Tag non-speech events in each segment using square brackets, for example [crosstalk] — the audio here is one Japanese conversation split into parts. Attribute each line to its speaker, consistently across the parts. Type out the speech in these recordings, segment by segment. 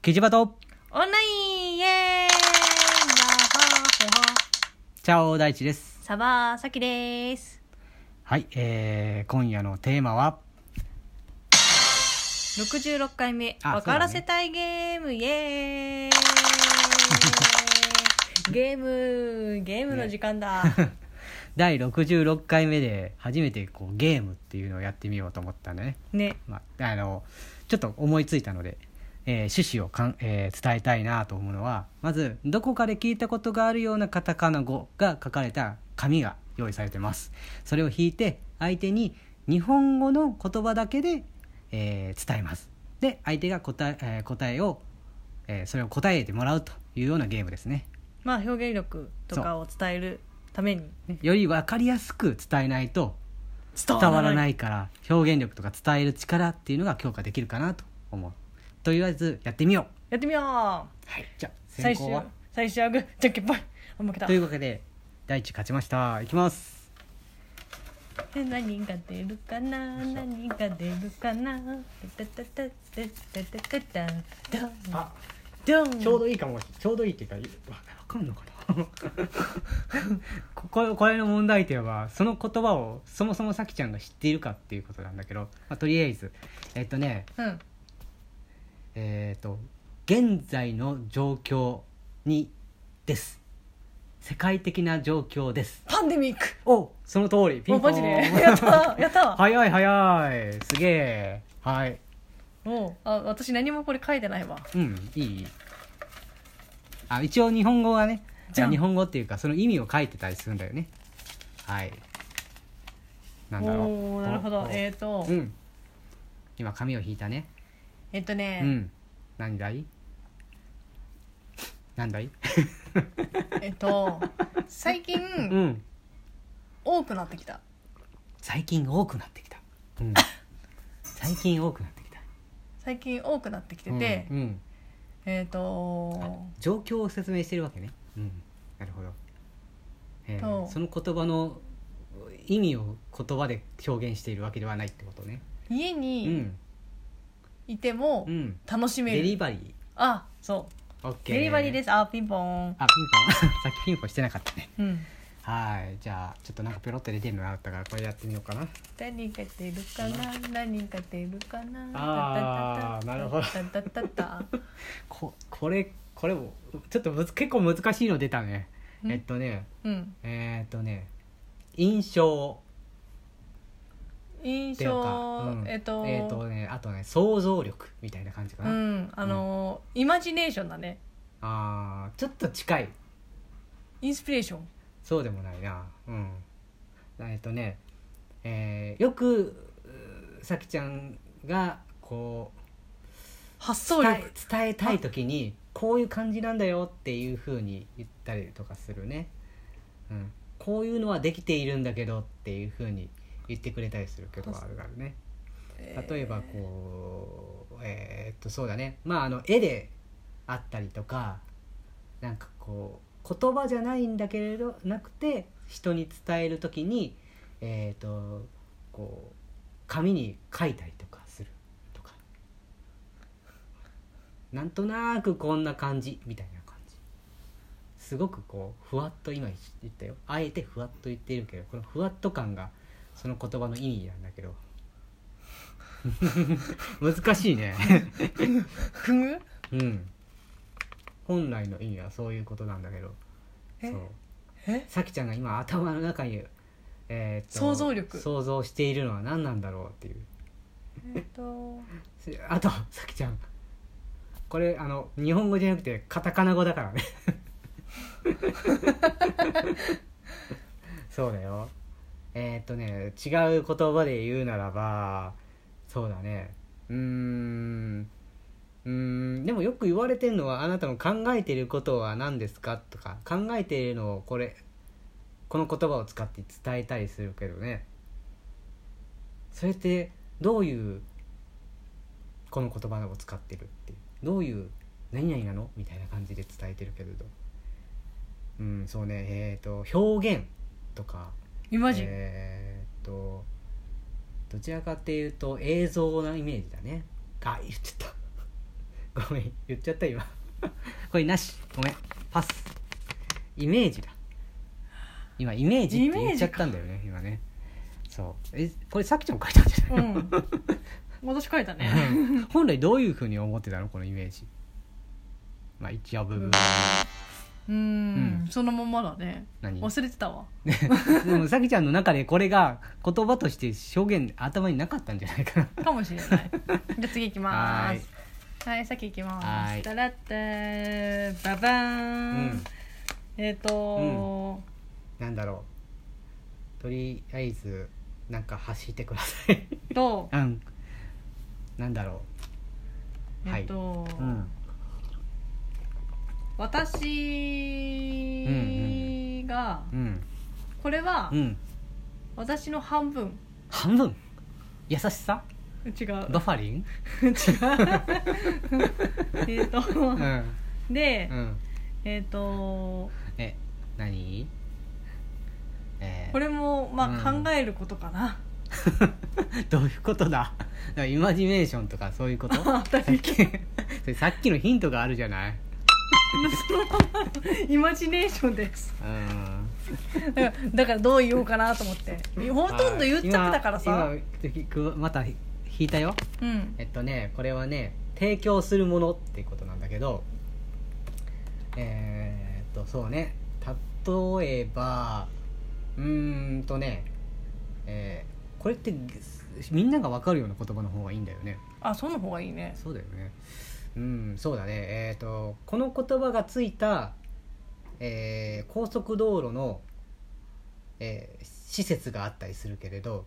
Speaker 1: キジバト
Speaker 2: オンラインイエーイわーほーほー
Speaker 1: チャオ大地です。
Speaker 2: サバーサキです
Speaker 1: はい、えー、今夜のテーマは、
Speaker 2: 66回目
Speaker 1: あ
Speaker 2: 分からせたいゲーム、イエーイゲームゲームの時間だ、
Speaker 1: 第66回目で初めてこうゲームっていうのをやってみようと思ったんでね。
Speaker 2: ね
Speaker 1: まあ、あの、ちょっと思いついたので、えー趣旨をかん、えー伝えたいなと思うのは、まず、どこかで聞いたことがあるようなカタカナ語が書かれた紙が用意されてます。それを引いて、相手に日本語の言葉だけで、えー伝えます。で、相手が答え、えー答えを、えーそれを答えてもらうというようなゲームですね。
Speaker 2: まあ表現力とかを伝えるために
Speaker 1: ねより分かりやすく伝えないと
Speaker 2: 伝
Speaker 1: 伝わらないいから表現力とか伝える力っていうのが強化できるかなと思うとりあえずやってみよう
Speaker 2: やってみよう
Speaker 1: はいじゃあ先
Speaker 2: 最
Speaker 1: 行
Speaker 2: 終
Speaker 1: は
Speaker 2: 最終はグーじゃんけんぽいあ負けた
Speaker 1: というわけで大地勝ちましたいきます
Speaker 2: え何が出るかな何が出るかなタタタタタタタタ
Speaker 1: あ
Speaker 2: ドンドン
Speaker 1: ちょうどいいかもちょうどいいっていうかわわかんのかなこ [laughs] これこれの問題点はその言葉をそもそもさきちゃんが知っているかっていうことなんだけど、まあ、とりあえずえっとね
Speaker 2: うん
Speaker 1: えっ、と現在の状況にです世界的な状況です
Speaker 2: パンデミック
Speaker 1: おその通りピ
Speaker 2: お
Speaker 1: ンポ
Speaker 2: マ
Speaker 1: ン
Speaker 2: ジでやったわやった
Speaker 1: [laughs]
Speaker 2: わ
Speaker 1: 早い早いすげえはい
Speaker 2: もうあ私何もこれ書いてないわ
Speaker 1: うんいいあ一応日本語はね
Speaker 2: じゃん
Speaker 1: 日本語っていうかその意味を書いてたりするんだよねはいなんだろう
Speaker 2: おおなるほ
Speaker 1: お
Speaker 2: ど
Speaker 1: お
Speaker 2: えっ、ー、と、
Speaker 1: うん今紙を引いたね
Speaker 2: えっ、とね、
Speaker 1: うん何だい何だい
Speaker 2: えっ、と最近、
Speaker 1: うん
Speaker 2: 多くなってきた
Speaker 1: 最近多くなってきた、うん、最近多くなってきた
Speaker 2: 最近多くなってきてて、
Speaker 1: うんうん
Speaker 2: えっ、と
Speaker 1: 状況を説明してるわけね、うん、なるほど、えー
Speaker 2: そう
Speaker 1: その言葉の意味を言葉で表現しているわけではないってことね
Speaker 2: 家
Speaker 1: う
Speaker 2: に
Speaker 1: ん、
Speaker 2: いても
Speaker 1: うん、
Speaker 2: 楽しめ
Speaker 1: デ
Speaker 2: る、
Speaker 1: リバリ
Speaker 2: あそう
Speaker 1: ー OK
Speaker 2: デリバリーですすあピンポー
Speaker 1: あ
Speaker 2: ン
Speaker 1: ピンポン [laughs] さっきピンポンしてなかったね
Speaker 2: うん
Speaker 1: はいじゃあちょっとなんかピョロって出てるのがあったからこれやってみようかな
Speaker 2: 何が出るかな何が出るかな
Speaker 1: あーなるほど
Speaker 2: タタタタ
Speaker 1: ここれこれもちょっとむず結構難しいの出たね
Speaker 2: ん
Speaker 1: えっとね
Speaker 2: うん
Speaker 1: えー、っとね印象
Speaker 2: 印
Speaker 1: っていうか
Speaker 2: 象、
Speaker 1: うん
Speaker 2: えっと,、
Speaker 1: えー、とねあとね想像力みたいな感じか
Speaker 2: う
Speaker 1: な、
Speaker 2: んあのーイマジネーションだね
Speaker 1: あーちょっと近い
Speaker 2: インスピレーション
Speaker 1: そうでもないなうんえっとね、えーよくうーさきちゃんがこ
Speaker 2: 発
Speaker 1: う
Speaker 2: 想
Speaker 1: 伝え
Speaker 2: 力
Speaker 1: 伝えたい時にこういう感じなんだよっていうふうに言ったりとかするね、うん、こういうのはできているんだけどっていうふうに言ってくれたりすることはあるからね例えばこうえーっとそうだねまああの絵であったりとかなんかこう言葉じゃないんだけれどなくて人に伝える時にえーっとこう紙に書いたりとかするとかなんとなくこんな感じみたいな感じすごくこうふわっと今言ったよあえてふわっと言っているけどこのふわっと感がその言葉の意味なんだけど難しい
Speaker 2: [laughs]
Speaker 1: ね
Speaker 2: ふぐ
Speaker 1: うん本来の意味はそういうことなんだけど
Speaker 2: え
Speaker 1: そう
Speaker 2: え
Speaker 1: さきちゃんが今頭の中に、えーっと
Speaker 2: 想像力
Speaker 1: 想像しているのは何なんだろうっていう
Speaker 2: えっと
Speaker 1: あとさきちゃんこれあの日本語じゃなくてカタカナ語だからねそうだよえーっとね違う言葉で言うならばそうだねうーんうーんでもよく言われてるのはあなたの考えていることは何ですかとか考えているのをこれこの言葉を使って伝えたりするけどねそれってどういうこの言葉を使ってるっていうどういう何々なのみたいな感じで伝えてるけれどうんそうねえっ、と表現とか
Speaker 2: イマジン、
Speaker 1: えーっとどちらかっていうと映像なイメージだねあ言っちゃった [laughs] ごめん言っちゃった今これなしごめんパスイメージだ今イメージって言っちゃったんだよね今ねそうえこれさっきちゃんも書いたんじゃ
Speaker 2: う
Speaker 1: ないの、
Speaker 2: ん私書いたね
Speaker 1: [laughs] 本来どういうふうに思ってたのこのイメージまあ一応部分
Speaker 2: うん
Speaker 1: うん
Speaker 2: そのままだね
Speaker 1: 何
Speaker 2: 忘れてたわ
Speaker 1: [laughs] でもさきちゃんの中でこれが言葉として表現頭になかったんじゃないかな
Speaker 2: かもしれない [laughs] じゃあ次行きま
Speaker 1: は
Speaker 2: ーすはい先行きま
Speaker 1: は
Speaker 2: ー
Speaker 1: ー
Speaker 2: す
Speaker 1: い
Speaker 2: だらってババ
Speaker 1: う
Speaker 2: ーン
Speaker 1: ん
Speaker 2: えっと
Speaker 1: [laughs] なんだろうとりあえずなんか発してください
Speaker 2: と
Speaker 1: うんなんだろうん
Speaker 2: えっと
Speaker 1: ううん
Speaker 2: 私が
Speaker 1: うん
Speaker 2: これは
Speaker 1: うん
Speaker 2: 私の半分
Speaker 1: 半分優しさ
Speaker 2: 違う
Speaker 1: バファリン
Speaker 2: えっと
Speaker 1: [laughs] うん
Speaker 2: で
Speaker 1: うん
Speaker 2: えっと
Speaker 1: え何えー
Speaker 2: これもまあ
Speaker 1: うん
Speaker 2: 考えることかな
Speaker 1: どういうことだだ [laughs] からイマジネーションとかそういうことさ
Speaker 2: 当た
Speaker 1: っ
Speaker 2: り
Speaker 1: き [laughs] それさっきのヒントがあるじゃない
Speaker 2: イマジネーションです
Speaker 1: うん
Speaker 2: だからだからどう言おうかなと思ってほとんど言っちゃってたからさ
Speaker 1: はい今今くまた引いたよ
Speaker 2: うん
Speaker 1: えっとねこれはね提供するものっていうことなんだけどえーっとそうね例えばうーんとねえーこれってみんなが分かるような言葉の方がいいんだよね
Speaker 2: あその方がいいね
Speaker 1: そうだよねうんそうだねえー、とこの言葉がついた、えー高速道路の、えー施設があったりするけれど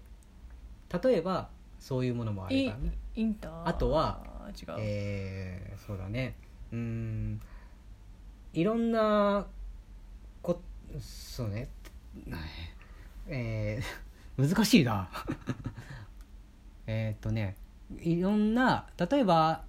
Speaker 1: 例えばそういうものもあればね
Speaker 2: インター
Speaker 1: あとは
Speaker 2: 違う、
Speaker 1: えーそうだねうんいろんなこそうねえー難しいなえーっとねいろんな例えば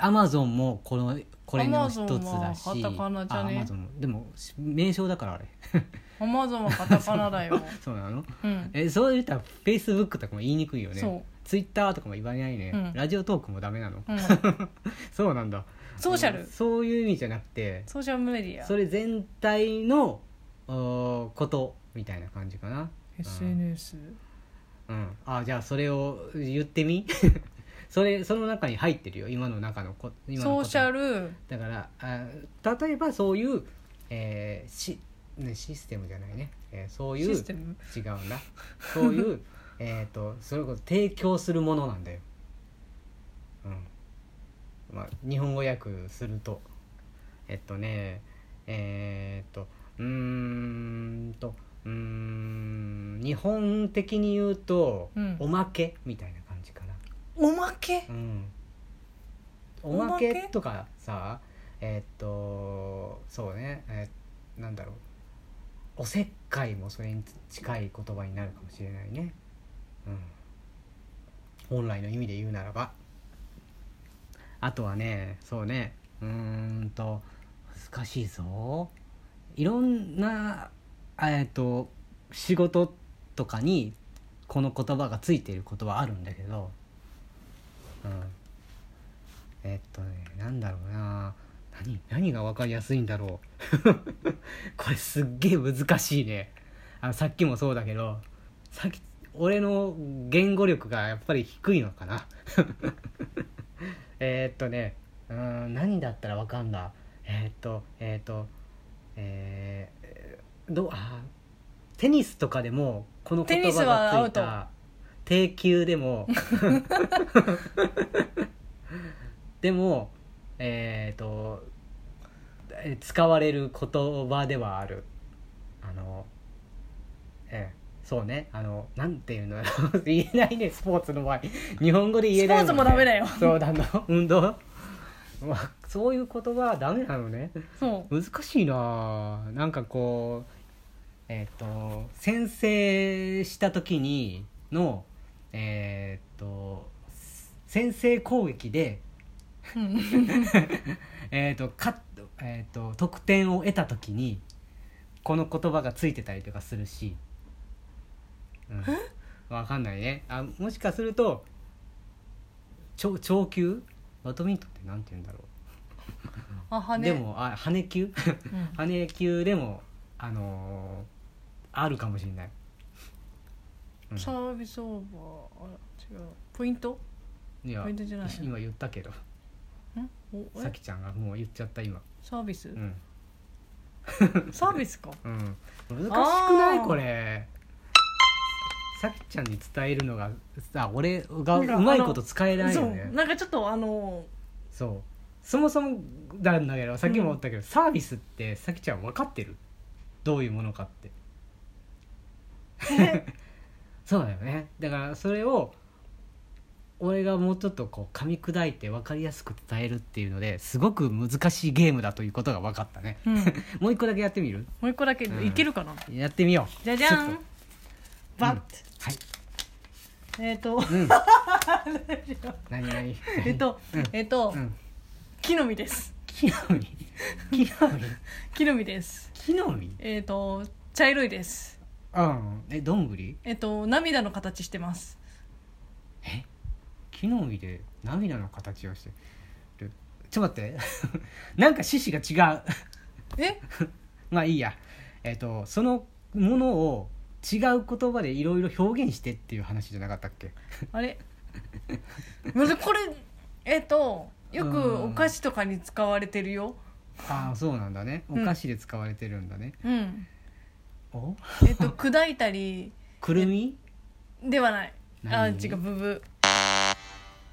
Speaker 1: アマゾンもこのこれの一つだし
Speaker 2: Amazon はカタカナじゃね
Speaker 1: あ Amazon もでも名称だからあれ [laughs]
Speaker 2: アマゾンはカタカナだよ、
Speaker 1: そうなの
Speaker 2: うん、
Speaker 1: えそう言ったらフェイスブックとかも言いにくいよね
Speaker 2: そう
Speaker 1: ツイッターとかも言わないね、
Speaker 2: うん
Speaker 1: ラジオトークもダメなの
Speaker 2: うん、
Speaker 1: [laughs] そうなんだ
Speaker 2: ソーシャル
Speaker 1: そういう意味じゃなくて
Speaker 2: ソーシャルメディア
Speaker 1: それ全体のおーことみたいな感じかな、
Speaker 2: SNS
Speaker 1: うん、あじゃあそれを言ってみ [laughs] それその中に入ってるよ今の中のこ今の
Speaker 2: ソ
Speaker 1: こ
Speaker 2: ー
Speaker 1: と
Speaker 2: シャル
Speaker 1: だからあ例えばそういう、えーしね、システムじゃないね、えーそういう
Speaker 2: シス
Speaker 1: 違
Speaker 2: テム
Speaker 1: うんだそういう [laughs] えっとそれこそ提供するものなんだよ、うんまあ、日本語訳するとえっとねえーっとうーんとうーん日本的に言うと、
Speaker 2: うん
Speaker 1: おまけみたいな感じかな
Speaker 2: おまけ
Speaker 1: うん、お
Speaker 2: おま
Speaker 1: ま
Speaker 2: け
Speaker 1: けとかさえーっとそうね、えーなんだろうおせっかいもそれに近い言葉になるかもしれないね、うん、本来の意味で言うならばあとはねそうねうーんと難しいぞいろんなえーっと仕事とかにこの言葉がついていることはあるんだけど、うん、えっとねなんだろうな何何が分かりやすいんだろう [laughs] これすっげえ難しいねあのさっきもそうだけどさっき俺の言語力がやっぱり低いのかな [laughs] えーっとねうーん何だったら分かんだえーっとえーっとえーどうあーテニスとかでもこの言
Speaker 2: テニス
Speaker 1: 葉
Speaker 2: は
Speaker 1: がついた低級で
Speaker 2: [laughs]
Speaker 1: もでもえー、とえー使われる言葉ではあるあのええそうねあのなんていうの [laughs] 言えないねスポーツの場合日本語で言えないんね、
Speaker 2: スポーツもダメだよ
Speaker 1: そうなの運動うわそういう言葉はダメなのね
Speaker 2: そう
Speaker 1: 難しいなあなんかこうえっ、と先生した時にのえっ、と先制攻撃で
Speaker 2: うん
Speaker 1: [laughs] えー、とか、えー、と得点を得た時にこの言葉がついてたりとかするし、うん、わかんないねあもしかすると長長球バドミントンってなんて言うんだろ
Speaker 2: あ
Speaker 1: う
Speaker 2: 羽
Speaker 1: でもあ羽根球
Speaker 2: うん
Speaker 1: 羽根球でもあのーあるかもしれない、うん
Speaker 2: サービスオーバーあ違うポイント
Speaker 1: いや
Speaker 2: ポイントじゃない
Speaker 1: 今言ったけど
Speaker 2: んおえ
Speaker 1: さきちゃんがもう言っちゃった今
Speaker 2: サービス、
Speaker 1: うん、
Speaker 2: サービスか
Speaker 1: うん、難しくない
Speaker 2: あー
Speaker 1: これさきちゃんに伝えるのがさ俺がう
Speaker 2: なんか
Speaker 1: まいこと使えないよ
Speaker 2: そ
Speaker 1: ね
Speaker 2: うなんかちょっとあの
Speaker 1: そうそもそもなんだけどさっきも思ったけど、サービスってさきちゃん分かってるどういうものかって
Speaker 2: え
Speaker 1: [laughs] そうだよねだからそれを俺がもうちょっとこう噛み砕いて分かりやすく伝えるっていうのですごく難しいゲームだということが分かったね
Speaker 2: うん、も
Speaker 1: もう一個だけやってみる
Speaker 2: う一個だけ
Speaker 1: うん
Speaker 2: いけるかな、
Speaker 1: やってみよう
Speaker 2: じゃじゃ
Speaker 1: ちょっ
Speaker 2: ん
Speaker 1: と
Speaker 2: バッて、
Speaker 1: はい
Speaker 2: えっ、
Speaker 1: [laughs]
Speaker 2: と
Speaker 1: うん何何
Speaker 2: えっと
Speaker 1: うん
Speaker 2: えっと、
Speaker 1: うん
Speaker 2: 木の実です
Speaker 1: 木の実木の実
Speaker 2: 木の実です
Speaker 1: 木の実
Speaker 2: えっ、と茶色いです
Speaker 1: うんえどんぐり
Speaker 2: えっ、と涙の形してます
Speaker 1: え木の実で涙の形をしてるちょっと待って [laughs] なんか趣旨が違う [laughs]
Speaker 2: え
Speaker 1: まあいいやえっ、とそのものを違う言葉でいろいろ表現してっていう話じゃなかったっけ
Speaker 2: あれむずこれえっ、とよ
Speaker 1: う
Speaker 2: く
Speaker 1: ん
Speaker 2: お菓子とかに使われてるよ
Speaker 1: ああそうなんだねお
Speaker 2: うん
Speaker 1: 菓子で使われてるんだね、
Speaker 2: うん
Speaker 1: お
Speaker 2: えっ、と砕いたり
Speaker 1: くるみ
Speaker 2: ではないあ
Speaker 1: 何
Speaker 2: 違うブブ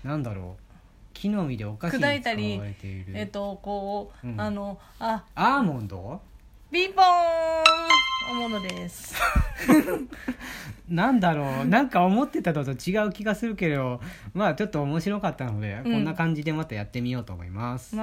Speaker 1: なんだろう木の実でお菓子に使
Speaker 2: 砕いたり
Speaker 1: われている
Speaker 2: えっ、とこう、
Speaker 1: うん
Speaker 2: あのあ
Speaker 1: アーモンド
Speaker 2: ピンポーンおものです
Speaker 1: なんだろうなんか思ってたのと違う気がするけどまあちょっと面白かったので、
Speaker 2: うん
Speaker 1: こんな感じでまたやってみようと思います。